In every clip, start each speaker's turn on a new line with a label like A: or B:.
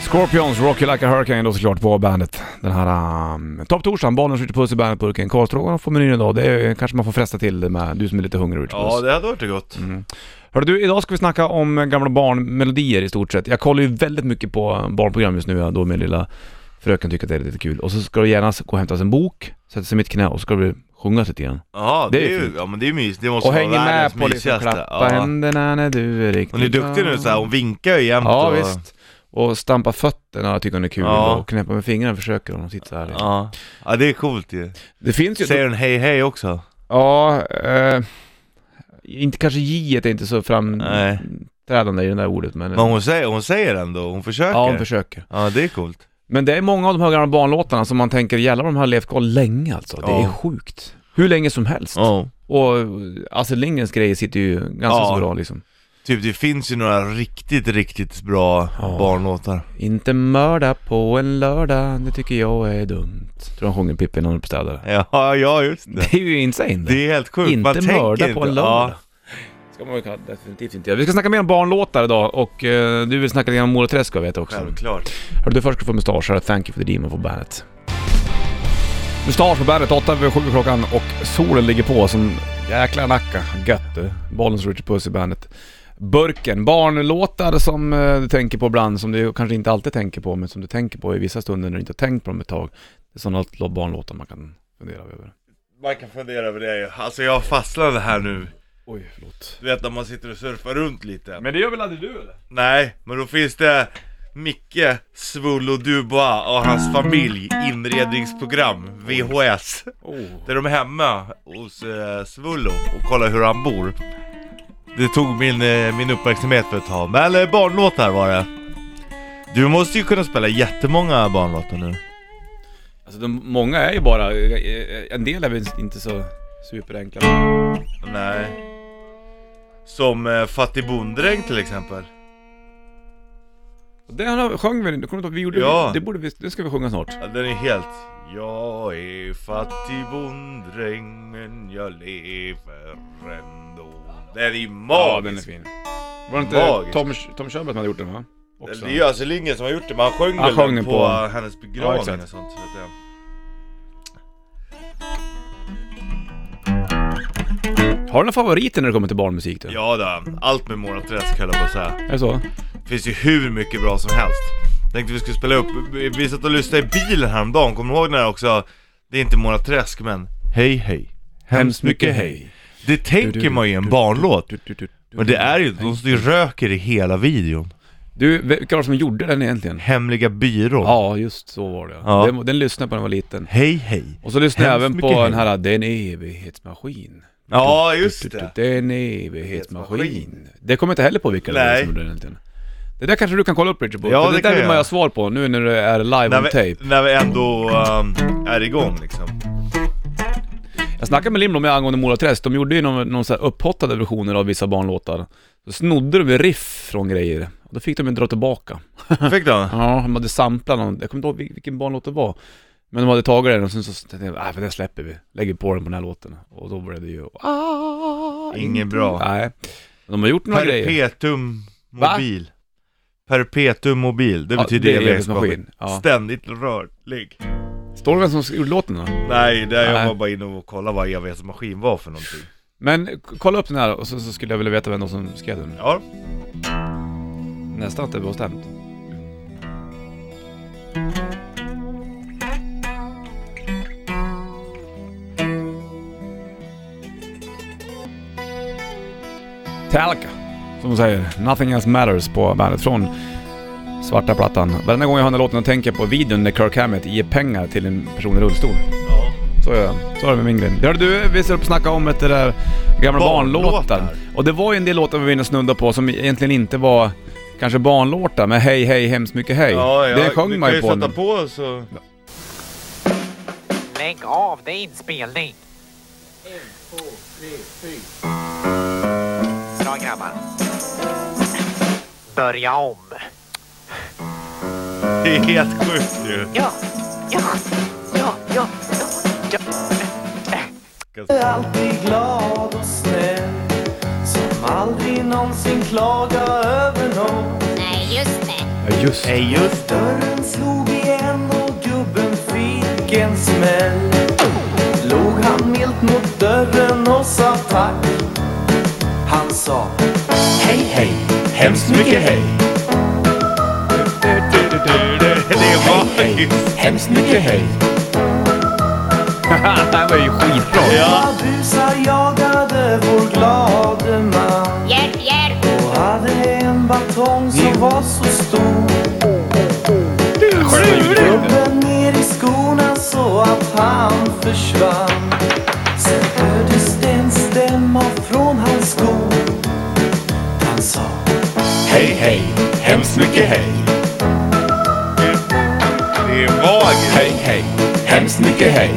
A: Scorpions, Rock You Like A Hurricane då såklart på bandet. Den här um, topptorsdagen, bollen skjuter puss i bandetburken. Korvstroganoff på menyn idag. Det är, kanske man får fresta till det med, du som är lite hungrig Richard
B: Ja,
A: Puss. Mm.
B: det hade varit gott.
A: Hörru du, idag ska vi snacka om gamla barnmelodier i stort sett. Jag kollar ju väldigt mycket på eh, barnprogram just nu, jag då min lilla fröken tycker att det är lite kul. Och så ska du gärna gå och hämta en bok, sätta sig i mitt knä och så ska du sjunga lite grann.
B: Ja, det,
A: Det är
B: är ju,
A: fint.
B: ja men det är ju mysigt. Det måste
A: Och
B: vara
A: hänger
B: världens
A: med på liksom,
B: mysigaste.
A: klappa
B: ja.
A: händerna när du är riktigt
B: Hon är duktig nu så här. hon vinkar ju jämt
A: Ja
B: och...
A: visst. Och stampa fötterna tycker hon är kul
B: Ja.
A: och knäppa med fingrarna försöker hon och sitta så här.
B: Ja. ja, det är coolt ju.
A: Det Mm. finns ju...
B: Säger hon hej hej också?
A: Ja, eh, inte kanske J är inte så
B: Nej.
A: framträdande i det där ordet men...
B: Men hon säger, hon säger ändå, hon försöker.
A: ja, hon försöker.
B: Ja, det är coolt.
A: Men det är många av de här gamla barnlåtarna som man tänker, jävlar de har levt kvar länge alltså. Det
B: Ja.
A: är sjukt. Hur länge som helst.
B: Ja.
A: Och eh, Astrid Lindgrens grejer sitter ju ganska
B: Ja.
A: så bra liksom.
B: Typ det finns ju några riktigt, riktigt bra
A: Ja.
B: barnlåtar.
A: Inte mörda på en lördag, det tycker jag är dumt. Tror han sjunger Pippi när han är på städare.
B: Ja, ja just det.
A: Det är ju insane det.
B: Det är helt sjukt. Man
A: Inte
B: tänker
A: mörda
B: inte-
A: på en lördag. Ska man ju kunna- definitivt inte göra. Vi ska snacka mer om barnlåtar idag och eh, du vill snacka lite om Mora Träsk jag vet
B: Ja,
A: också.
B: självklart.
A: Hörru du, först ska du få mustasch här, Thank You For The Demon på bandet. Mustasch på bandet, 8 över 7 klockan och solen ligger på som jäkla nacka. Gött du. Bollens Richard Puss i bandet. Burken, barnlåtar som eh, du tänker på ibland, som du kanske inte alltid tänker på, men som du tänker på i vissa stunder när du inte har tänkt på dem ett tag. Det är sådana barnlåtar man kan fundera över.
B: Man kan fundera över det ju. Alltså jag fastnade här nu.
A: Oj, förlåt.
B: Du vet när man sitter och surfar runt lite.
A: Men det gör väl aldrig du eller?
B: Nej, men då finns det Micke Svullo Dubois och hans familj inredningsprogram, VHS.
A: Oh.
B: Där de är hemma hos eh, Svullo och kollar hur han bor. Det tog min, eh, min uppmärksamhet för ett tag, men eh, barnlåtar var det. Du måste ju kunna spela jättemånga barnlåtar nu.
A: Alltså de, många är ju bara, eh, en del är väl inte så superenkla.
B: Nej. Som eh, Fattig bonddräng till exempel.
A: Den har- sjöng vi, kommer du inte ihåg? vi gjorde,
B: Ja.
A: det borde vi, det ska vi sjunga snart.
B: Ja, den är helt... Jag är fattig bonddräng men jag lever ändå. Den är
A: Ja, den är
B: magisk!
A: fin. Var det inte
B: Magisk.
A: Tom, Tom Körberg som hade gjort den va? Också.
B: det är ju alltså Lindgren som har gjort det, men han sjöng
A: Han
B: väl
A: sjöng
B: den
A: den
B: på,
A: på-
B: hennes begravning
A: exakt.
B: och sånt. Vet jag.
A: Har du några favoriter när det kommer till barnmusik då?
B: Ja då, allt med Mora Träsk höll jag på att säga.
A: Är det så?
B: Det finns ju hur mycket bra som helst. Tänkte vi skulle spela upp, vi- vi satt och lyssnade i bilen häromdagen, kommer du ihåg den här också? Det är inte Mora Träsk men, hej hej. Det tänker man ju i en barnlåt. Men det är ju, de står ju och röker i hela videon.
A: Du, vilka var det som gjorde den egentligen?
B: Hemliga byrån.
A: Ja, just så var det
B: Ja.
A: Den, den lyssnade jag på när jag var liten.
B: Hej hej.
A: Och så lyssnade jag
B: Hemskt
A: även på
B: mycket
A: den här, det är en evighetsmaskin.
B: Ja, just
A: det.
B: det.
A: Det är en evighetsmaskin. Det kommer jag inte heller på vilka det var
B: Nej.
A: som gjorde den egentligen. Det där kanske du kan kolla upp Richard på.
B: Ja,
A: för det,
B: det kan
A: där vill
B: jag
A: man ju
B: göra.
A: ha svar på nu när det är live
B: När
A: on
B: vi,
A: tape.
B: när vi ändå ehm, är igång liksom.
A: Jag snackade med Limlo om det angående Mora Träsk, de gjorde ju någon, någon så här upphottade versioner av vissa barnlåtar. Så snodde de ju riff från grejer, och då fick de ju dra tillbaka.
B: Fick du?
A: Ja, de hade samplat någon, jag kommer inte ihåg vil- vilken barnlåt det var. Men de hade tagit den och sen så tänkte jag, nej men det släpper vi, lägger på den på den här låten. Och då blev det ju, ah,
B: Inget bra.
A: Nej. De har gjort några grejer.
B: Perpetuum mobil. Perpetuum mobil, det
A: Ja,
B: betyder
A: det är
B: evighetsmaskin.
A: evighetsmaskin, ja.
B: Ständigt rörlig.
A: Står det vem som gjorde låten då?
B: Nej, där
A: Nej.
B: jag var bara inne och kollade vad evighetsmaskin var för någonting.
A: Men k- kolla upp den här och så, så skulle jag vilja veta vem det var som skrev den.
B: Ja,
A: Nästan att det var stämt. Metallica, som de säger. Nothing else matters på bandet från svarta plattan. Varenda gång jag hör den här låten och tänker jag på videon när Kirk Hammett ger pengar till en person i rullstol.
B: ja.
A: Så är det. Så är det med min grej. Hörde du, vi ser upp och snacka om ett det där gamla
B: Barnlåtar.
A: barnlåtar. Och det var ju en del låtar vi var inne och snuddade på som egentligen inte var kanske barnlåtar, men Hej Hej Hemskt Mycket Hej.
B: ja, ja.
A: det sjöng
B: du
A: man
B: kan
A: ju på.
B: sätta på så...
C: Lägg av, det är inspelning. Bra grabbar. Börja om.
B: Det är helt sjukt ju.
C: Ja, ja, ja, ja, ja.
D: alltid glad och snäll Som aldrig någonsin klagar över någon
E: Nej, just det.
A: Ja, just det.
B: Hej just
D: Dörren slog igen och gubben fick en smäll Låg han milt mot dörren och sa tack Han sa
B: Hej hej, hemskt mycket hej. Det var ju...
D: hemskt mycket hej
A: det här var ju skitbra.
B: Ja.
D: Abusar jagade vår glade man
E: Hjälp, hjälp!
D: Och hade en batong som var så stor
A: Sköna ljudeffekter.
D: Gubben ner i skorna så att han försvann Sen hördes det en stämma från hans skor Han sa
B: Hej hej, hemskt mycket hej. Det är magiskt. Hej hej, hemskt mycket hej.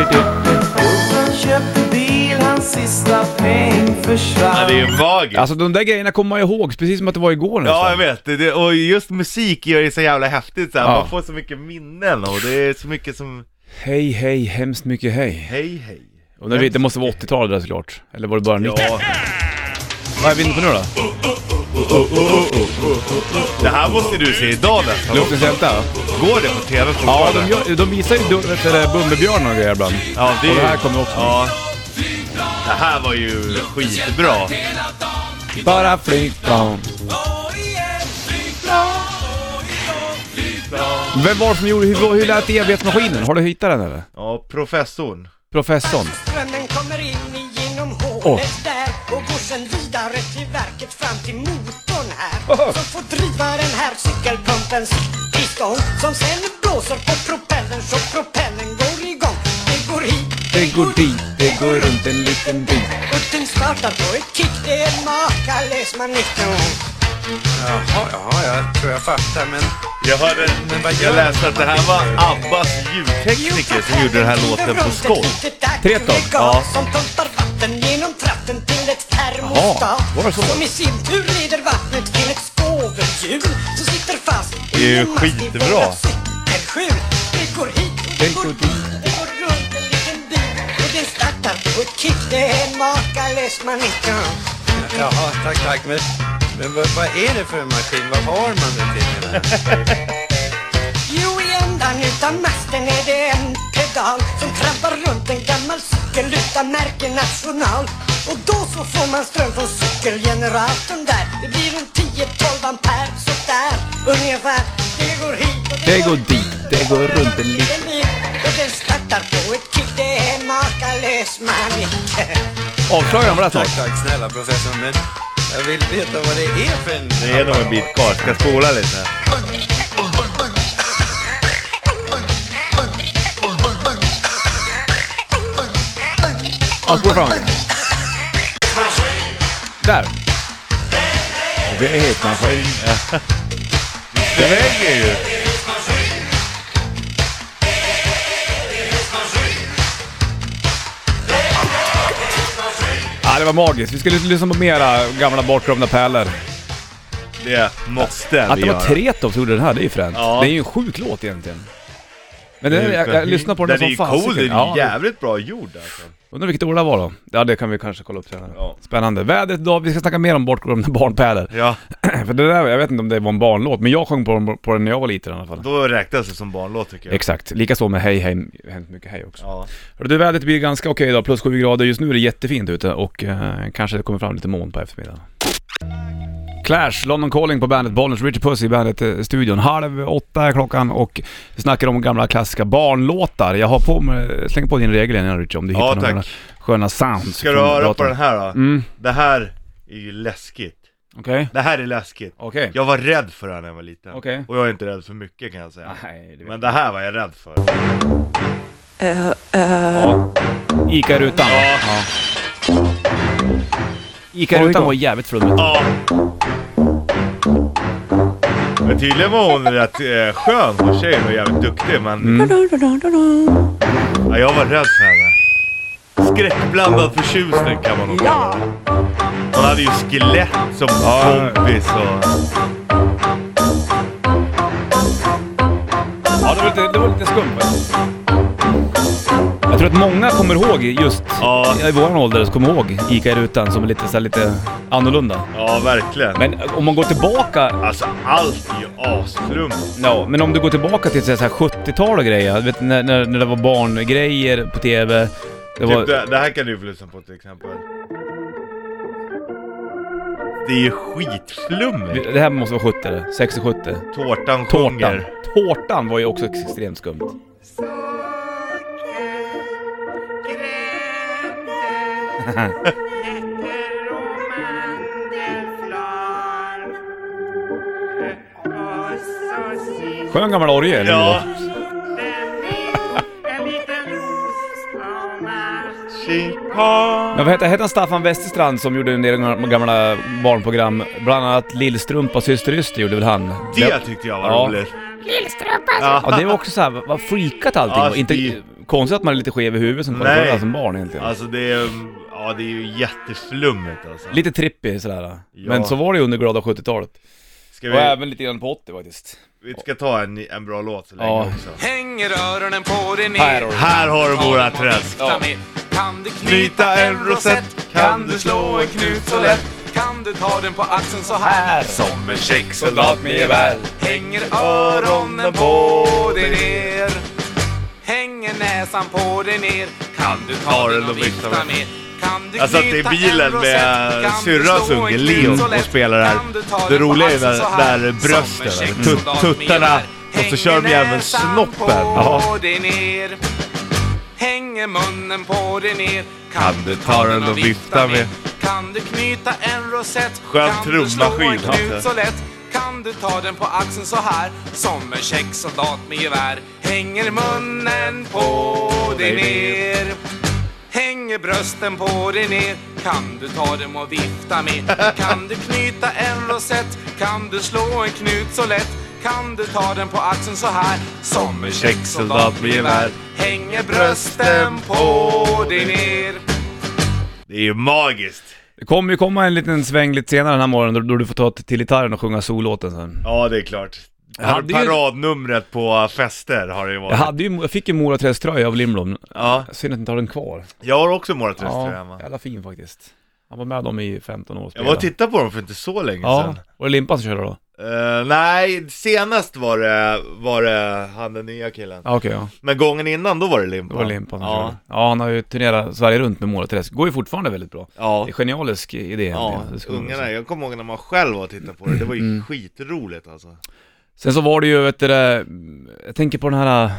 D: Gubben köpte bil, hans sista peng
B: Ja, det
D: försvann
B: är magiskt.
A: Alltså de där grejerna kommer man ihåg, precis som att det var igår nästan.
B: Ja, jag vet. Det- Det, och just musik gör det så jävla häftigt. Så här.
A: Ja.
B: Man får så mycket minnen och det är så mycket som...
A: Hej, hej, hemskt mycket hej.
B: Hej hej.
A: Och det, det måste vara 80-talet där såklart. Eller var det bara 90
B: Ja.
A: Vad är vi inne på nu då?
B: Det här måste du se idag nästan.
A: Luftens hjältar?
B: Går det på TV
A: Ja,
B: fortfarande?
A: de, gör, de visar ju Dunnet eller Bumbibjörn och grejer ibland.
B: Ja, det,
A: Och det
B: är-
A: här kommer också.
B: Ja. Det här var ju skitbra.
A: Bara flygplan. Vem var det som gjorde, hur, hur lät evighetsmaskinen? Har du hittat den eller?
B: Ja, professorn.
A: Professorn?
F: Strömmen kommer in genom hålet
A: Åh.
F: där och går sen vidare till verket fram till motorn här som får driva den här cykelpumpens piston som sen blåser på propellen så propellen går igång. Det går hit,
A: Det går dit, det går runt en liten bit.
F: och den startar på ett kick. Det är makalös manifton.
G: Jaha, jaha, jag tror jag fattar men...
B: Jag hörde, jag läste att det här var Abbas ljudtekniker som gjorde den här låten på skoj.
A: Treton?
F: Ja. Som pumpar vatten genom tratten till ett termostat.
A: var det så?
F: Som i sin tur leder vattnet till ett skovelhjul som sitter fast
B: Det är ju
F: i en massiv
B: skitbra.
F: båda cykelskjul. Det går hit och det går dit. Det går runt en liten bit och den startar på ett kick. Det är en makalös manifton.
G: Jaha, tack, tack. Men, men vad, vad är det för en maskin? Vad har man den till? menar jag?
F: Jo, i ändan utan masten är det en pedal som trampar runt en gammal cykel utan märke national. Och då så får man ström från cykelgeneratorn där. Det blir en 10-12 ampere sådär ungefär. Det går hit och det,
A: Det går dit, det går runt en liten...
F: bit. Och den startar på ett kick, det är makalös manick.
A: Avslöjaren var det
G: Tack,
A: snart.
G: tack snälla professor. Men jag vill veta vad det är för en...
B: Det är nog en bit kvar, ska spola lite.
A: Ja, spola fram den. Där. Det är helt maskin.
B: Det hänger ju!
A: Ja, det var magiskt. Vi skulle lyssna på mera gamla bortglömda pärlor.
B: Det måste
A: Att
B: vi
A: det var
B: göra.
A: Tretow som gjorde den här, det är ju fränt.
B: Ja.
A: Det är ju en sjuk låt egentligen. Men den, jag, jag lyssnar på den,
B: Den är ju
A: som fasiken.
B: cool, den är
A: Ja,
B: ju jävligt bra gjord alltså.
A: Undrar vilket år det var då? Ja det kan vi kanske kolla upp senare.
B: Ja.
A: Spännande. Vädret idag, vi ska snacka mer om bortglömda barnpärlor.
B: Ja,
A: För det där, jag vet inte om det var en barnlåt, men jag sjöng på, på den när jag var liten i alla fall.
B: då räknas det som barnlåt tycker jag.
A: Exakt, likaså med Hej Hej, hemskt mycket hej också.
B: Ja.
A: Hörru Du, vädret blir ganska okej idag, plus 7 grader. Just nu är det jättefint ute och eh, kanske det kommer fram lite moln på eftermiddagen. Clash, London Calling på bandet Bollnäs, Richard Puss i bandet-studion. Halv åtta är klockan och vi snackar om gamla klassiska barnlåtar. Jag har på mig, släng på din regel igen Richard om du
B: Ja,
A: hittar
B: tack.
A: några sköna sounds.
B: Ska du
A: från
B: höra på
A: datorn.
B: den här då?
A: Mm,
B: Det här är ju läskigt.
A: okej.
B: Det här är läskigt.
A: Okej.
B: Jag var rädd för det här när jag var liten.
A: Okej.
B: Och jag är inte rädd för mycket kan jag säga.
A: Nej, det vet
B: Men det här var jag rädd för.
A: jag. Ica-rutan.
B: Ja.
A: Ja. Ica-rutan var jävligt flummigt.
B: Ja. Men tydligen var hon rätt eh, skön, hon tjejen och jävligt duktig men...
A: Mm.
B: Ja, jag var rädd för henne. Skräckblandad förtjusning kan man nog kalla det. Hon hade ju skelett som kompis och...
A: Ja, det var lite, det var lite skumt faktiskt. Jag tror att många kommer ihåg just
B: Ja.
A: i vår ålder, så kommer ihåg ICA i rutan som är lite, så här, lite annorlunda.
B: Ja, verkligen.
A: Men eh, om man går tillbaka
B: Alltså allt är ju asflummigt.
A: Ja, men om du går tillbaka till så här 70-tal och grejer, du vet, när, när, när det var barngrejer på TV. Det var,
B: Typ det, det här kan du få lyssna på till exempel. Det är ju skitflummigt.
A: det här måste vara 70 eller? 60-70?
B: Tårtan
A: Tårtan.
B: sjunger.
A: Tårtan var ju också extremt skumt. Skön gammal orgel.
B: Ja.
A: Men vad hette, hette han Staffan Westerstrand som gjorde en del gamla barnprogram? Bland annat Lillstrumpa syster Yster gjorde väl han?
B: Det tyckte jag var
A: Ja.
B: roligt.
A: Ja, det var också såhär, vad- vad freakat allting
B: Ja,
A: var. Inte,
B: stil.
A: konstigt att man är lite skev i huvudet som,
B: Nej.
A: som barn egentligen.
B: Alltså det är, mm, ja det är ju jätteflummigt alltså.
A: Lite trippig sådär. Men
B: Ja.
A: så var det ju under glada 70-talet.
B: Ska
A: Och
B: vi,
A: även lite grann på 80 faktiskt.
B: vi ska ta en, en bra låt så länge
A: Ja.
B: också.
E: Hänger öronen på dig ner.
A: Här har du det.
B: Här har du våra träsk.
E: Titta ner. Kan du knyta en rosett? Kan du slå en knut så lätt? Kan du ta den på axeln så här?
B: Som en
A: Soldat med gevär.
E: Hänger öronen på dig ner? Hänger näsan på dig ner? Kan du ta den och vifta med? Kan du
B: Jag satt i
E: knyta
B: bilen
E: en rosett?
B: med
E: Kan du
B: syrran
E: slå en
B: sjunger
E: knut
B: Leon
E: så
B: och
E: lätt?
B: spelar det här.
E: Kan du ta
B: Det
E: den på
B: roliga är
E: axeln
B: när,
E: så här?
B: när
E: Som en
B: brösten, alltså,
E: käck
B: tut,
E: soldat med
B: tuttarna
E: gevär.
B: och så kör de
E: Hänger
B: även
E: näsan
B: snoppen.
E: på dig ner. Hänger munnen på dig ner Kan du ta den och vifta med Kan du knyta en rosett
B: Skön
E: Kan du slå
B: trummaskin,
E: en knut
B: alltså.
E: så lätt Kan du ta den på axeln så här Som en käck soldat med gevär Hänger munnen på dig ner Hänger brösten på dig ner Kan du ta dem och vifta med Kan du knyta en rosett Kan du slå en knut så lätt Kan du ta den på axeln så här Som en käck soldat med gevär Hänger brösten på dig ner
B: Det är ju magiskt.
A: Det kommer ju komma en liten sväng lite senare den här morgonen då, då du får ta till gitarren och sjunga sollåten sen.
B: Ja, det är klart.
A: Jag hade ju-
B: Paradnumret på fester har det ju
A: Jag,
B: varit.
A: hade ju, jag fick ju Mora Träströja av Lindblom.
B: Ja,
A: Synd att inte har den kvar.
B: jag har också Morat
A: Ja,
B: ja, hemma.
A: jävla fin faktiskt. Han var med dem i 15 år och
B: Jag var och
A: spelade.
B: tittade på dem för inte så länge
A: Ja,
B: sedan.
A: var det Limpan som körde då?
B: Eh, nej, senast var det, var det han den nya killen.
A: Ja, okej ja.
B: Men gången innan då var det Limpan.
A: Det var Limpan som
B: ja.
A: körde. Ja, han har ju turnerat Sverige runt med Mora Träsk. Går ju fortfarande väldigt bra.
B: Ja.
A: Det är genialisk idé
B: Ja,
A: egentligen. Det skulle man säga. Mm.
B: ungarna, jag kommer ihåg när man själv var och tittade på det, det var ju skitroligt alltså.
A: Sen så var det ju, vet du det, jag tänker på den här, eh,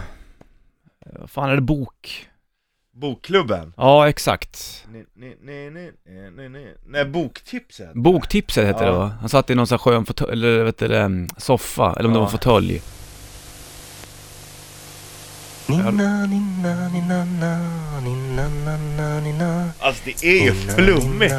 A: vad fan är det, bok?
B: Bokklubben?
A: Ja, exakt.
B: Ni- ni- ni- ni- ni- ni- ni- Nej, boktipset?
A: Boktipset hette
B: Ja.
A: det va? Han satt i någon sån här skön fåtölj, eller vet du det, em, soffa, eller om det
B: Ja.
A: var en fåtölj.
B: Alltså det är ju flummigt!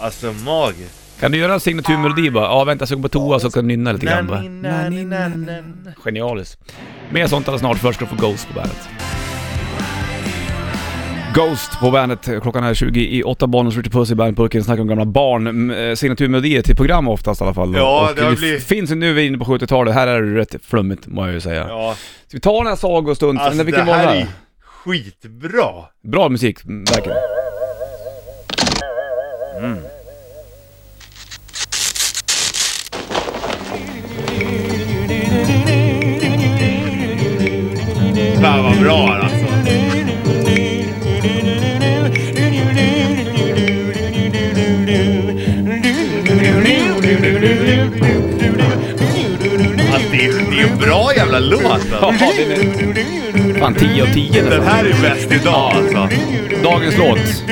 B: Alltså magiskt!
A: Kan du göra en signaturmelodi bara? Ja, vänta jag ska gå på toa så kan du nynna lite grann bara. Genialiskt. Mer sånt alldeles snart, först ska du få Ghost på bandet. Ghost på bandet, klockan är 20 i åtta Bonus Ritchie Puss i bandpurken, snackar om gamla barn, mm, eh, signaturmelodier till program oftast i alla fall.
B: Ja,
A: Och
B: det har
A: vi
B: blivit-
A: Finns ju nu, vi är inne på 70-talet, här är det rätt flummigt må jag ju säga.
B: Ja,
A: Ska vi ta den här sagostund?
B: alltså
A: Eller
B: det
A: vilken var det
B: här
A: här?
B: är skitbra!
A: Bra musik, mm, verkligen.
B: Fan vad bra alltså! Alltså det är det är ju en bra jävla låt alltså!
A: Ja, det är... Fan, 10 av 10
B: Den
A: nästan.
B: här är bäst idag alltså!
A: Dagens låt.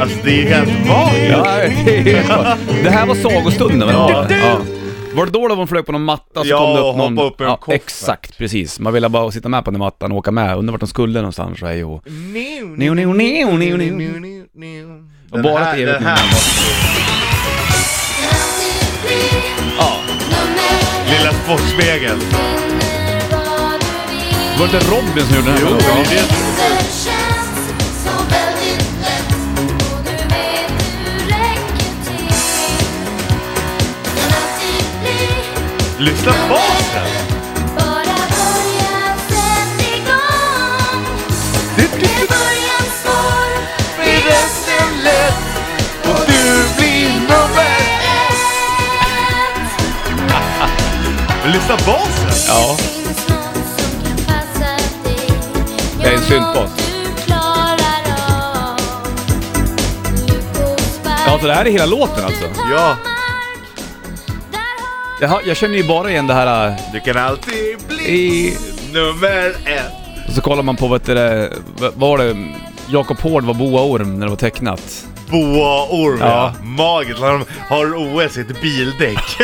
B: Alltså det är ju helt magiskt!
A: Ja, det är bra. det här var sagostunden va? Ja, ja. Var det då då man flög på någon matta så
B: Ja,
A: kom det upp
B: och
A: någon...
B: hoppa upp ur en koffert.
A: Exakt, precis. Man ville bara sitta med på den här mattan och åka med. Undrar vart de skulle någonstans och hej och...
B: New,
A: New, new, new, new, new.
B: new.
A: Och
B: Den
A: bara
B: här,
A: till
B: den
A: Evert
B: här
A: Nyman.
B: måste vi... Ja. Lilla Sportspegeln.
A: Var det inte Robin som gjorde den här?
B: Jo,
A: melodin?
B: det är det. Lyssna på basen! Blir resten lätt och du blir nummer Men Lyssna på basen!
A: Ja.
H: Det är en syntbas.
A: ja, så det här är hela låten alltså?
B: Ja.
A: Jaha, jag känner ju bara igen det här... äh,
B: Du kan alltid bli
A: I...
B: nummer ett.
A: Och så kollar man på vad heter det... Vad var det? Jakob Hård var boaorm när det var tecknat.
B: Boa Orm
A: Ja.
B: ja. Magiskt, han har OS i ett bildäck.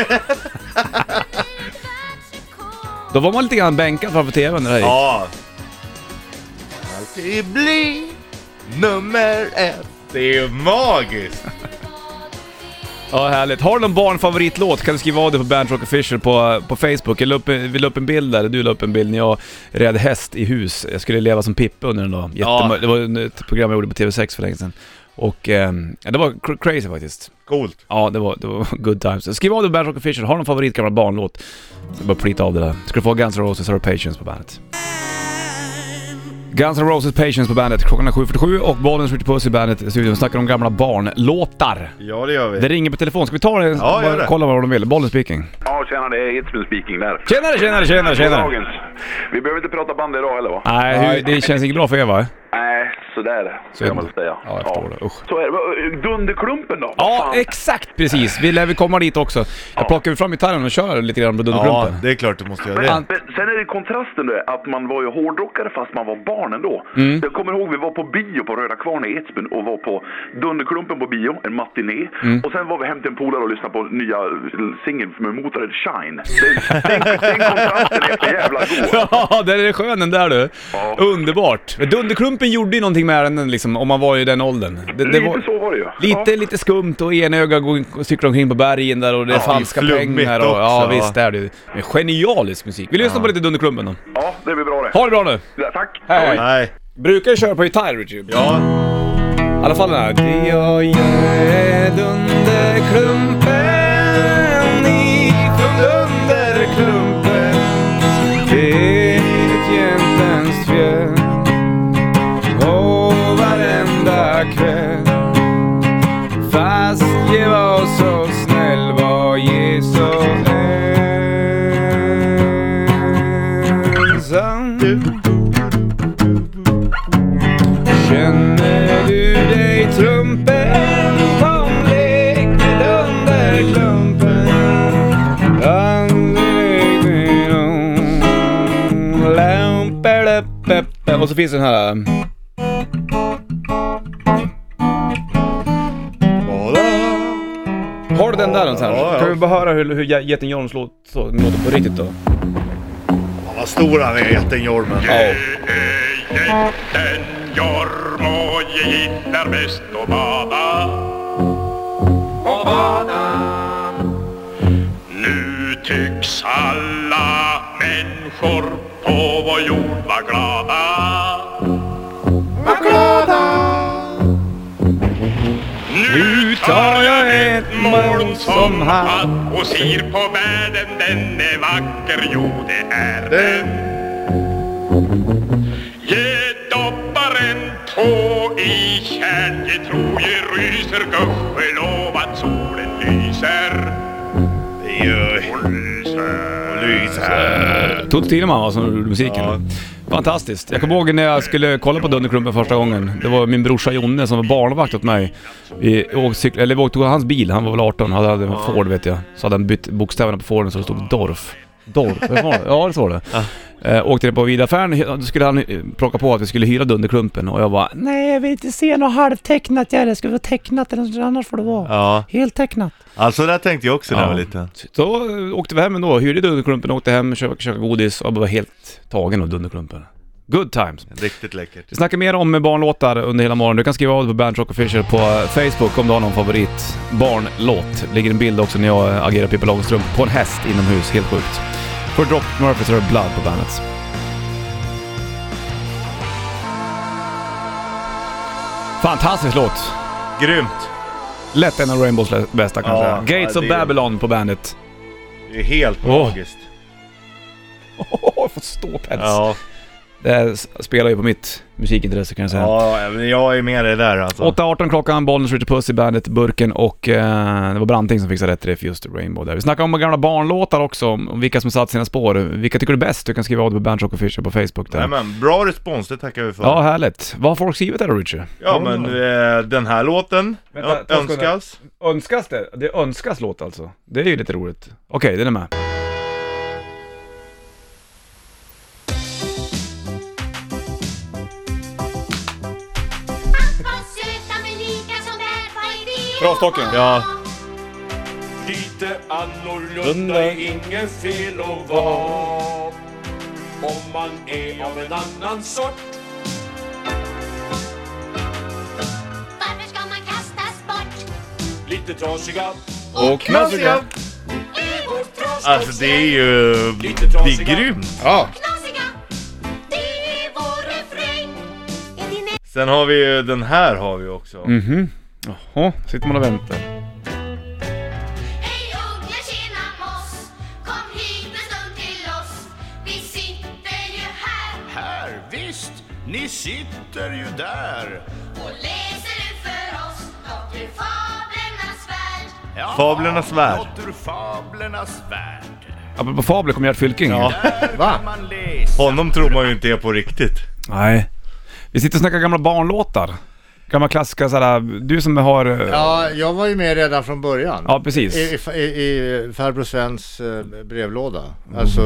A: Då var man lite grann bänkad framför TVn när det här gick.
B: ja. Alltid bli nummer ett. Det är magiskt.
A: Ja, härligt. Har du någon barnfavoritlåt kan du skriva av det på Band Rock Official på, på Facebook. Jag la upp, vi la upp en bild där, du la upp en bild när jag red häst i hus. Jag skulle leva som Pippi under en dag. Jättemö-
B: Ja.
A: Det var ett program jag gjorde på TV6 för länge sedan. Och ehm, ja, det var cr- crazy faktiskt.
B: Coolt.
A: Ja, det var, det var good times. Skriv av det på Band Rock Official. Har du någon favorit gammal barnlåt? Så bara plita av det där. Ska du få Guns N' Roses Our Patience på bandet. Guns N' Roses Patience på bandet. Klockan är 7.47 och Bollens Ritchie Puss i bandet. Studion snackar om gamla barnlåtar.
B: Ja, det gör vi.
A: Det ringer på telefon. Ska vi ta det?
B: Ja, gör det.
A: Kolla vad de vill. Bollen speaking.
I: Ja, tjena, det är Edsbyn speaking där.
A: Tjenare, tjenare, tjenare, tjenare!
I: Dagens. Vi behöver inte prata band idag heller va?
A: Nej, hur, det känns inte bra för er va?
I: Nej, sådär. Så jag
A: Synd.
I: måste säga.
A: Ja, jag förstår det. Usch.
I: Så är det. eh, Dunderklumpen då? Vad
A: Ja,
I: fan?
A: exakt precis. Vi lär vi komma dit också. Jag plockar ju fram gitarren och kör lite grann på
B: Ja,
A: Dunderklumpen.
B: det är klart du måste göra
A: Men-
B: det.
I: Men sen är det kontrasten där, att man var ju hårdrockare fast man var barn ändå. Jag kommer ihåg vi var på bio på Röda Kvarn i Edsbyn och var på Dunderklumpen på bio, en matiné. Och sen var vi hem till en polare och lyssnade på nya singeln med Motörhead Shine. Den, den, den kontrasten är så jävla god.
A: Ja, där är det skön den där du.
I: Ja.
A: Underbart. Men Dunderklumpen gjorde ju någonting med ärenden liksom, om man var i den åldern. Det, det
I: Lite
A: var...
I: så var det ju.
A: Lite,
I: Ja.
A: lite skumt och enöga går in- och cyklar omkring på bergen där och det är falska
B: flummigt
A: pengar och... Ja,
B: också, ja.
A: visst det är det ju. Men genialisk musik. Vi lyssnar på lite Dunderklumpen då.
I: Ja, det blir bra det.
A: Ha det bra nu!
I: Tack!
A: Hej, hej.
B: Nej.
A: Brukar ju köra på gitarr, Richie.
B: Ja.
A: I alla fall den här. Jag är dunderklumpen ifrån dunderklumpen Det är jämtens fjäll Och varenda kväll Fast jag var så snäll var Jesus ensam Känner du dig trumpen? Kom lek med dunderklumpen Anlek med nån Lampeleppepe. Och så finns den här. Har du den där någonstans?
B: Ja, ja.
A: Kan vi bara höra hur, hur ge- geten Jorms låt, så, låter på riktigt då?
B: Fan, Vad stor han är, jätten Jormen.
A: Ja.
J: En jorm och gillar bäst att bada Och bada Nu tycks alla människor på vår jord vara glada Var glada Nu tar jag ett moln som hatt och ser på världen den är vacker, jo det är den Ge dopparen tå i kärn, ge tror ge ryser, gudskelov att solen lyser. Det gör hon lyser.
A: Toots Thienemann var som gjorde musiken. Fantastiskt. Jag kommer ihåg när jag skulle kolla på Dunderklumpen första gången. Det var min brorsa Jonne som var barnvakt åt mig. Vi åkte, cykel- eller vi åkte hans bil, han var väl 18, han hade en Ford vet jag. Så hade han bytt bokstäverna på Forden så det stod Dorf. Dorf, vad var det? Ja det stod det. Eh, åkte ner på vidaffären, då skulle han eh, plocka på att vi skulle hyra Dunderklumpen och jag bara Nej jag vill inte se något halvtecknat jag det ska vara tecknat eller något annars får det vara.
B: Ja,
A: Helt tecknat.
B: alltså där tänkte jag också när jag var
A: Ja.
B: liten.
A: Så eh, åkte vi hem ändå, hyrde Dunderklumpen, åkte hem, köpte, köpte godis och jag var helt tagen av Dunderklumpen. Good times.
K: Riktigt läckert.
A: Vi snackar mer om barnlåtar under hela morgonen. Du kan skriva av dig på Bandrock Official på eh, Facebook om du har någon favorit barnlåt. ligger en bild också när jag eh, agerar Pippi Långstrump på en häst inomhus. Helt sjukt. För Drop Murphys har du Blood på bandet. Fantastisk låt!
K: Grymt!
A: Lätt en av Rainbows lä- bästa kanske.
K: Ja,
A: Gates
K: ja,
A: of
K: det är-
A: Babylon på bandet.
K: Det är helt
A: Åh.
K: magiskt.
A: Åh, jag får ståpäls!
K: Ja,
A: Det här s- spelar ju på mitt musikintresse kan jag säga.
K: ja, men jag är med dig där alltså.
A: 8.18 klockan, Bollnäs Ritchie Puss i bandet Burken och eh, det var Branting som fixade rätt riff just Rainbow där. Vi snackade om gamla barnlåtar också, om om vilka som satt sina spår. Vilka tycker du bäst? Du kan skriva av det på Bandrock Official på Facebook där.
K: Nej, men, bra respons, det tackar vi för.
A: ja, härligt. Vad har folk skrivit där då Richie?
K: Ja men eh, den här låten
A: Vänta,
K: ö-
A: två sekunder.
K: önskas.
A: Önskas det? Det önskas låt alltså. Det är ju lite roligt. Okej, den är med. Bra stocken!
K: Ja,
I: Lite annorlunda är inget fel att vara Om man är av en annan sort Lite trasiga
A: Och knasiga!
I: är vårt trasigt
K: alltså det är ju...
I: Lite
K: Det är
I: trasiga.
K: grymt!
A: Ja!
K: Sen har vi ju, den här har vi också.
A: Mhm. Jaha, sitter man och väntar.
I: Här, visst! Ni sitter ju där! Ja,
K: Fablernas värld.
I: något ur Fablernas värld.
A: Apropå fabler kom Gert Fylking.
K: Ja.
I: Där kan man läsa.
K: Honom tror man ju inte är på riktigt.
A: Nej. Vi sitter och snackar gamla barnlåtar. Gamla klassiska sådär, du som har... eh,
B: Ja, jag var ju med redan från början.
A: Ja, precis.
B: I, i, i farbror Svens eh, brevlåda. Alltså,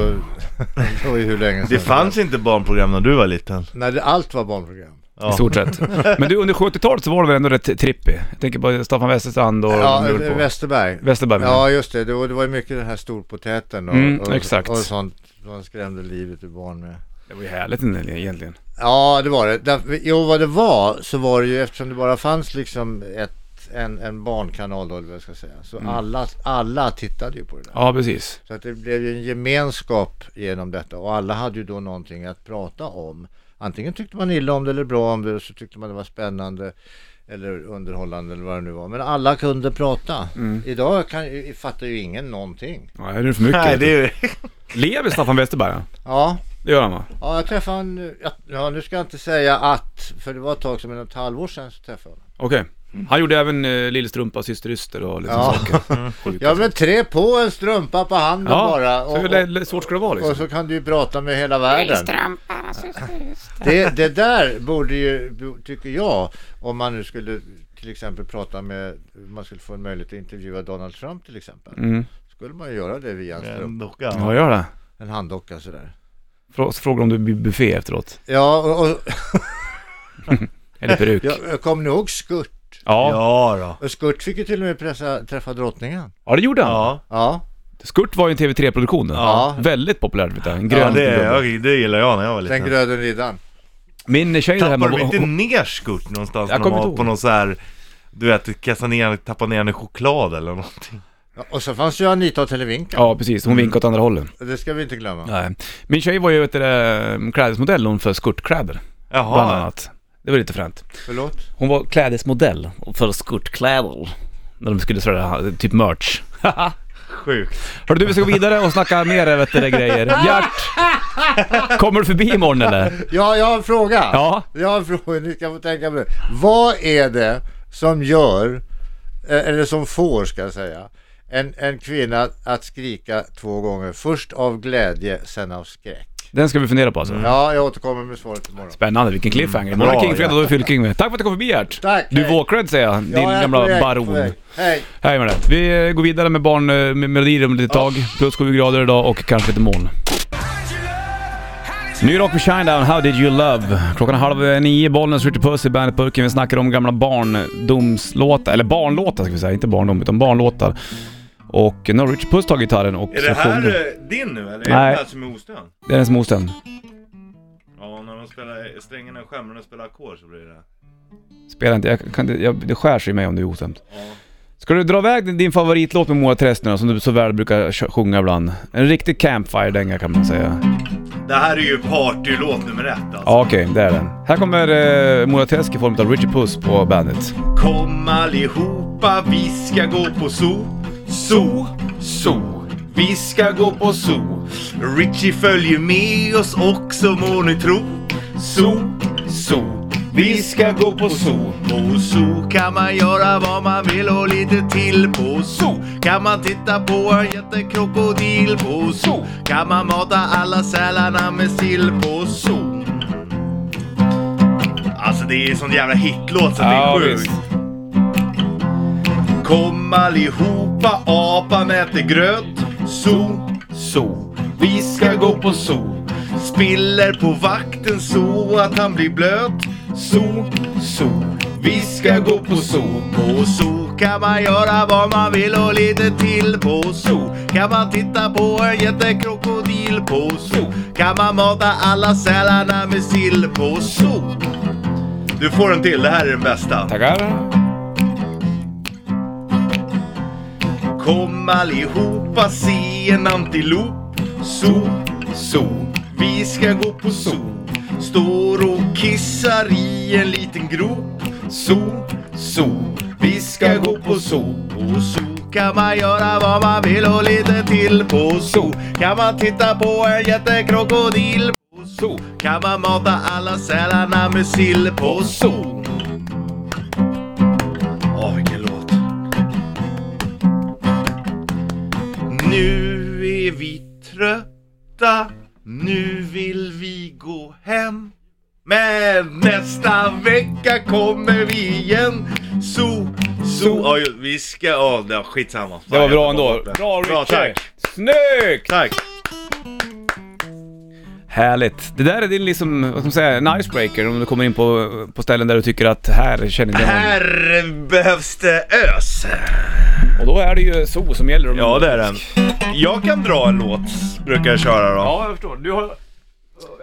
B: det var ju hur länge sedan.
K: Det fanns inte barnprogram när du var liten.
B: När det, allt var barnprogram.
A: I stort sett. Men du, under 70-talet så var du väl ändå rätt trippig? Jag tänker på Staffan Westerstrand och...
B: Ja,
A: vad de gjorde på.
B: Västerberg.
A: Westerberg, menar jag.
B: Ja, just det. Det var, det var ju mycket den här storpotäten och,
A: Mm,
B: och,
A: exakt.
B: och sånt. Man skrämde livet ur barn med.
A: Det var ju härligt egentligen.
B: Ja, det var det. Därför, jo, vad det var så var det ju eftersom det bara fanns liksom ett, en, en barnkanal då, eller vad jag ska säga. Så alla, alla tittade ju på det där.
A: Ja, precis.
B: Så att det blev ju en gemenskap genom detta och alla hade ju då någonting att prata om. Antingen tyckte man illa om det eller bra om det, så tyckte man det var spännande eller underhållande eller vad det nu var. Men alla kunde prata. Idag kan, ju- fattar ju ingen någonting.
A: Nej, det är det för mycket.
K: Nej, det är ju...
A: Lever Staffan Westerberg? ja?
B: Ja,
A: Det gör han va?
B: ja jag träffade honom, ja, ja, nu ska jag inte säga att, för det var ett tag sedan, men ett halvår sedan så träffade jag honom.
A: Okej. Han gjorde även eh, Lillestrumpa, Systeryster och lite
B: Mm. Ja.
A: sådana saker. Sjukt.
B: Ja men trä på en strumpa på handen bara.
A: så hur lä- lä- svårt ska det vara liksom?
B: Och så kan du ju prata med hela världen. Det, det där borde ju, bo- tycker jag, om man nu skulle till exempel prata med, man skulle få en möjlighet att intervjua Donald Trump till exempel.
A: Mm.
B: Skulle man göra det via en,
K: En
B: strump,
K: docka.
A: Ja, gör det.
B: en handdocka sådär.
A: Frå- så Frågar om du blir buffé efteråt.
B: Ja, och, och
A: Eller peruk.
B: ja, kommer ni ihåg Skurt?
A: Ja.
K: Ja då.
B: Och Skurt fick ju till och med pressa, träffa drottningen.
A: Ja, det gjorde han.
K: Ja,
B: Ja,
A: Skurt var ju en TV3-produktion.
B: Ja.
A: Väldigt populärt vet jag. En grön
K: ja det,
A: gubbe.
K: jag, det gillar jag när jag var
B: den
K: liten.
B: gröden riddaren.
A: Min tjej där hemma,
K: Tappar de
A: hon,
K: inte
A: hon,
K: ner Skurt någonstans
A: Jag
K: när de
A: kommer inte
K: var
A: ihåg.
K: på någon så här... Du vet, kasta ner, tappa ner en i choklad eller någonting.
B: Ja, och så fanns ju Anita och Televinka.
A: ja precis, hon vinkade åt andra hållet.
B: Det ska vi inte glömma.
A: Nej. Min tjej var ju vet du, det, mm, klädesmodell hon för skörtkläder, bland
K: Jaha.
A: annat. Det var lite fränt.
B: Förlåt?
A: Hon var klädesmodell för skörtkläder. När de skulle sådär, typ merch.
K: Sjukt.
A: Hörru du, vi ska gå vidare och snacka mer vet du, det, grejer. Gert! Kommer du förbi imorgon eller?
B: Ja, jag har en fråga.
A: Ja.
B: Jag har en fråga, ni ska få tänka på det. Vad är det som gör, eh, eller som får ska jag säga, en, en kvinna att skrika två gånger? Först av glädje, sen av skräck.
A: Den ska vi fundera på alltså.
B: Ja, jag återkommer med svaret imorgon.
A: Spännande, vilken cliffhanger. Imorgon är
K: Bra,
A: Kingfredag, då är Fylking med. Tack för att du kom förbi Gert.
B: Tack,
A: Du
B: hej.
A: var cred säger jag, din
B: Ja, jag är
A: gamla
B: på väg,
A: baron.
B: på väg. Hej!
A: Hej med det. Vi eh, går vidare med barn, eh, med melodier om ett litet tag. Plus 7 grader idag och kanske lite moln. Ny rock med Shinedown, How Did You Love? Klockan är halv eh, nio, bollen skjuter puss i bandetburken. Vi snackar om gamla barndomslåtar, eller barnlåtar ska vi säga, inte barndom utan barnlåtar. Och nu har Richard Puss tagit gitarren och
K: Är det
B: eh,
A: sjunger.
K: här eh, din nu eller? Är
A: Nej.
K: det den här som är ostön?
A: Det är den som är osten.
K: Ja,
B: och när de spelar strängarna och skämmarna och spelar ackord så blir det...
A: Spela inte, jag kan, inte- jag, det skär sig i mig om du är osämst. Ska du dra iväg din- din favoritlåt med Mora Träsk nu då, som du så väl brukar kö- sjunga ibland? En riktig campfire-dänga kan man säga.
B: Det här är ju partylåt nummer ett alltså.
A: Ja okej, det är den. Här kommer eh, Mora Träsk i form av Richie Puss på bandet.
B: Kom allihopa, vi ska gå på zoo. Zoo, zoo. Vi ska gå på zoo. Richie följer med oss också må ni tro. Zoo, zoo. Vi ska gå på zoo. På zoo kan man göra vad man vill och lite till. På zoo kan man titta på en jättekrokodil. På zoo kan man mata alla sälarna med sill. På zoo. Alltså det är en sån jävla hitlåt så det
A: Ja,
B: är sjukt. Kom allihopa, apan äter gröt. Zoo, zoo. Vi ska gå på zoo. Spiller på vakten så att han blir blöt. Zoo, zoo. Vi ska gå på zoo. På zoo kan man göra vad man vill och lite till. På zoo kan man titta på en jättekrokodil. På zoo kan man mata alla sälarna med sill. På zoo. Du får en till, det här är den bästa.
A: Tackar.
B: Kom allihopa se en antilop. Zoo, zoo. Vi ska gå på zoo. Står och kissar i en liten grop. Zoo, zoo. Vi ska gå på zoo. På zoo kan man göra vad man vill och lite till. På zoo kan man titta på en jättekrokodil. På zoo kan man mata alla sälarna med sill. På zoo. Åh, vilken låt. Nu är vi trötta, nu vill vi gå hem. Men nästa vecka kommer vi igen. So, so. Ja, ju- vi ska... Ja, det var skitsamma.
A: Det var bra
B: jag tappade
A: ändå.
B: bort det.
A: Bra
B: Bra,
A: Richie!
B: tack.
A: Snyggt!
B: Tack!
A: Härligt. Det där är din liksom, vad ska man säga, en icebreaker om du kommer in på, på ställen där du tycker att här känner jag någon.
B: Här behövs det ös.
A: Och då är det ju so som gäller. om-
B: Ja, det är den. Jag kan dra en låt, brukar jag köra då.
A: Ja, jag förstår. Du har...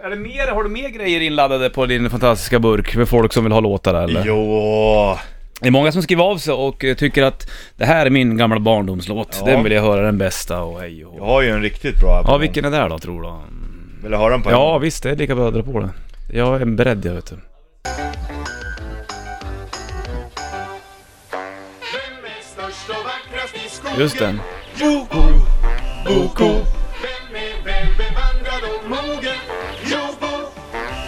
A: Är det mer, har du mer grejer inladdade på din fantastiska burk med folk som vill ha låtar eller?
B: Jo.
A: Det är många som skriver av sig och eh, tycker att det här är min gamla barndomslåt.
B: Ja.
A: Den vill jag höra den bästa och hej och...
B: Jag har ju en riktigt bra här på
A: Ja,
B: gång.
A: vilken är det här då tror du?
B: Vill du höra den på en
A: Ja, visst. Det är lika bra att dra på den. Jag är beredd jag vet du. Just den.
J: Joko, Boko. Vem är väl bevandrad och mogen? Jobo,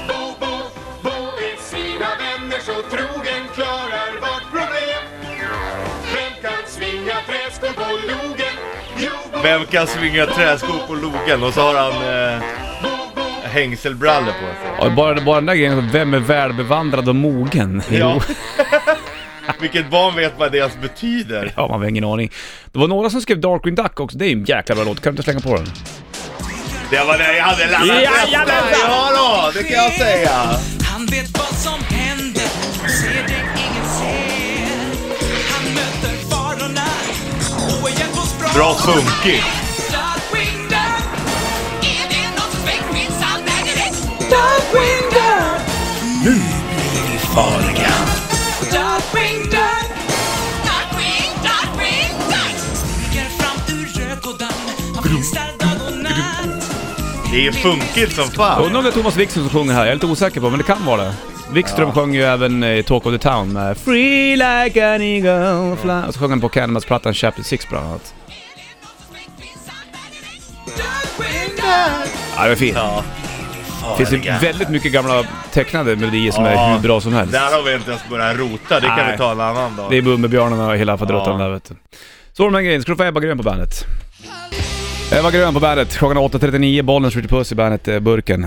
J: Bobo, Bo är sina vänner så trogen, klarar vart problem. Vem kan svinga träskor på logen? Jobo,
B: Vem kan svinga träskor på logen? Och så har han eh, hängselbrallor på sig.
A: Ja, bara, bara den där grejen, vem är välbevandrad och mogen?
B: Ja.
A: Jo.
B: Vilket barn vet vad deras betyder?
A: Ja, man har ingen aning. Det var några som skrev Dark Green Duck också, det är ju en jäkla bra låt. Kan du inte slänga på den?
B: Det var det jag hade laddat
J: Jajamensan!
B: bästa. Ja då, det kan jag säga!
J: Han vet vad som händer, ser det ingen ser. Han möter farorna och är hjälp hos bra.
B: Bra funky!
J: Darkwingdom, är det något suspekt? Finns han där direkt? Darkwingdom,
B: Nu blir vi farliga!
J: Darkwingdom, Darkwing, Darkwing, Dark! Smyger fram ur rödkådan, han blixtrar dag och natt.
B: Det är funkigt som
A: Jag
B: fan!
A: undrar om det är Thomas Wikström som sjunger här, jag är lite osäker på men det kan vara det. Wikström sjöng ju även i Talk of the Town med Free like an eagle fly. Och så sjöng han på Candlemass-plattan Chapter 6 bland annat.
J: Darkwingdom,
A: Ja, det var fint.
B: Ja.
A: Det finns ju
B: Farliga.
A: väldigt mycket gamla tecknade melodier som är
B: Ja.
A: hur bra som helst.
B: Där har vi inte ens börjat rota, det kan
A: Nej.
B: vi ta en annan dag.
A: Det är Bumbibjörnarna och hela faderuttan
B: Ja.
A: där vet du. Så var det med den grejen, ska du få Ebba Grön på bandet. Ebba Grön på bandet, klockan är 8.39, bollen skjuter puss i bandet, eh, burken.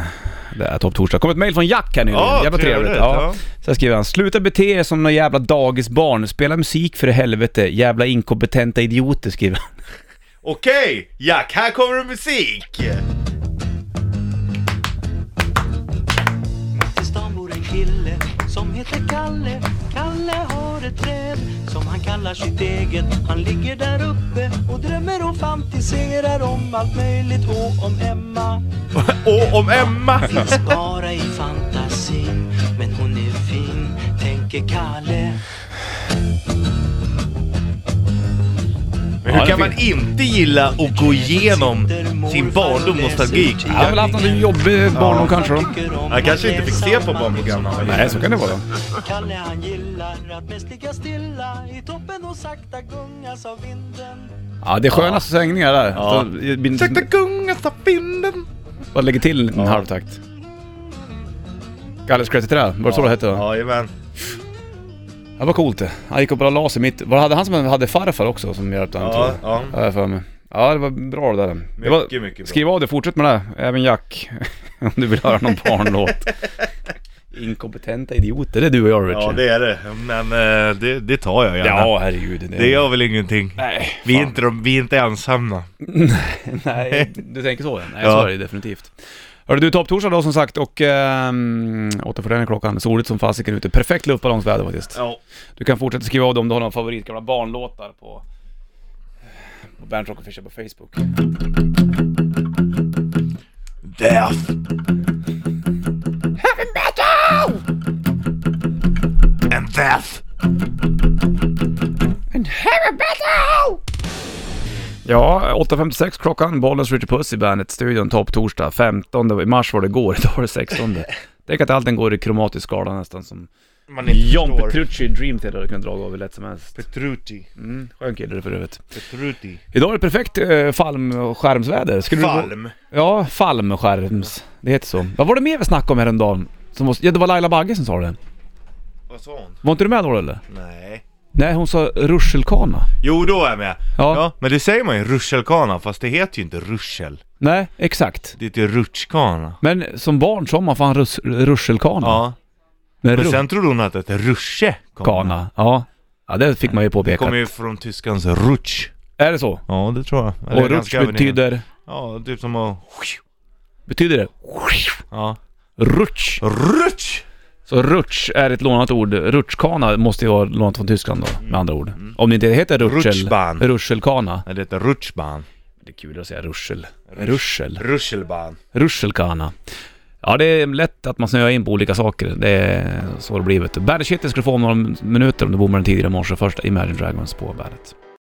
A: Det är topptorsdag. Kom ett mail från Jack här nu.
B: Ja,
A: Jävla trevligt.
B: trevligt,
A: Ja.
B: ja.
A: Så här skriver han. Sluta bete er som några jävla dagisbarn. Spela musik för i helvete. Jävla inkompetenta idioter skriver han.
B: Okej, Jack, här kommer det musik!
L: I stan bor en kille som heter Kalle. Kalle har ett träd som som han kallar sitt eget. Han ligger där uppe och drömmer och fantiserar om allt möjligt och om Emma.
B: Och om Emma!
L: Finns bara i fantasin, men hon är fin, tänker Kalle.
B: Men
A: Ja,
B: hur
A: det
B: kan man
A: fin-
B: inte gilla att gå igenom sin barndom nostalgi?
A: Han har väl haft en jobbig barndom kanske då.
B: Jag kanske inte fick se på barnprogrammen.
A: Nej, så kan det vara.
L: Kalle han gillar att mest ligga stilla i toppen och sakta gungas av vinden.
A: Ja, det är sköna svängningar där.
B: Ja.
A: Så, det blir-
B: Sakta gungas av vinden.
A: Bara lägger till en halvtakt. Gallers 33, var det så det hette? va?
B: Jajamän.
A: Ja, vad coolt det. Han gick och bara la sig mitt. Var det hade han som hade farfar också som hjälpte honom?
B: Ja,
A: tror jag?
B: ja.
A: Har jag för mig. Ja, det var bra det där. det var,
B: Mycket, mycket bra.
A: Skriv av det, fortsätt med det. Även Jack. Om du vill höra någon barnlåt. Inkompetenta idioter, det är du och jag Richie.
B: Ja det är det, men eh, det, det tar jag gärna.
A: Ja, herregud. Det,
B: Det gör väl ingenting. Nej, vi, är inte de, vi är inte ensamma.
A: Nej, du tänker så ja. Nej,
B: Ja.
A: så är det definitivt. Hörru du, topptorsdag då som sagt och ehm, 8.41 är klockan. Soligt som fasiken ute. Perfekt luftballongsväder faktiskt.
B: Ja.
A: Du kan fortsätta skriva av dem om du har några favorit gamla barnlåtar på, på Bernt Rock Official på Facebook.
B: Death!
J: Heavy metal!
B: And death!
J: And heavy metal!
A: Ja, 8.56 klockan. Bollens Richard Puss i Bandet-studion. Topptorsdag 15 i mars var det igår. Idag är det 16. Tänk att allting går i kromatisk skala nästan som
B: Man inte
A: John
B: förstår.
A: Petrucci i Dream Theater hade kunnat dra av hur lätt som helst.
B: Petrucci.
A: Mm, skön kille det för övrigt.
B: Petrucci.
A: Idag är det perfekt eh, falmskärmsväder. Skulle du gå-
B: Falm?
A: Ja, falmskärms. Det heter så. Vad var det mer vi snackade om häromdagen? Som var... Ja, det var Laila Bagge som sa det.
B: Vad sa hon?
A: Var inte du med då eller?
B: Nej.
A: Nej, hon sa ruschelkana.
B: Jo då är jag med.
A: Ja.
B: men det säger man ju, ruschelkana, fast det heter ju inte ruschel.
A: Nej, exakt.
B: Det heter ju rutschkana.
A: Men som barn sa man fan rus ruschelkana.
B: Ja.
A: Men
B: Men
A: ru-
B: sen trodde hon att det hette ruschekana.
A: kana. Ja. ja, det fick man ju
B: Det
A: påpeka.
B: kommer ju från tyskans rutsch.
A: Är det så?
B: Ja, det tror jag. Eller
A: Och rutsch
B: ganska överdrivet.
A: betyder...
B: Ja, typ som att...
A: Betyder det?
B: Ja.
A: Rutsch.
B: Rutsch!
A: Så rutsch är ett lånat ord. Rutschkana måste ju vara lånat från Tyskland då, med andra ord. Om det inte heter rutschel...
B: Mm. Rutschbahn.
A: Rutschelkana.
B: Nej, det heter rutschbahn.
A: Det är kul att säga ruschel. Ruschel.
B: Ruschelbahn.
A: Ruschelkana. Ja, det är lätt att man snöar in på olika saker. Det är så det blir vet du. Bandet Kitty ska du få om några minuter om du bommade den tidigare i morse. Första Imagine Dragons på bandet.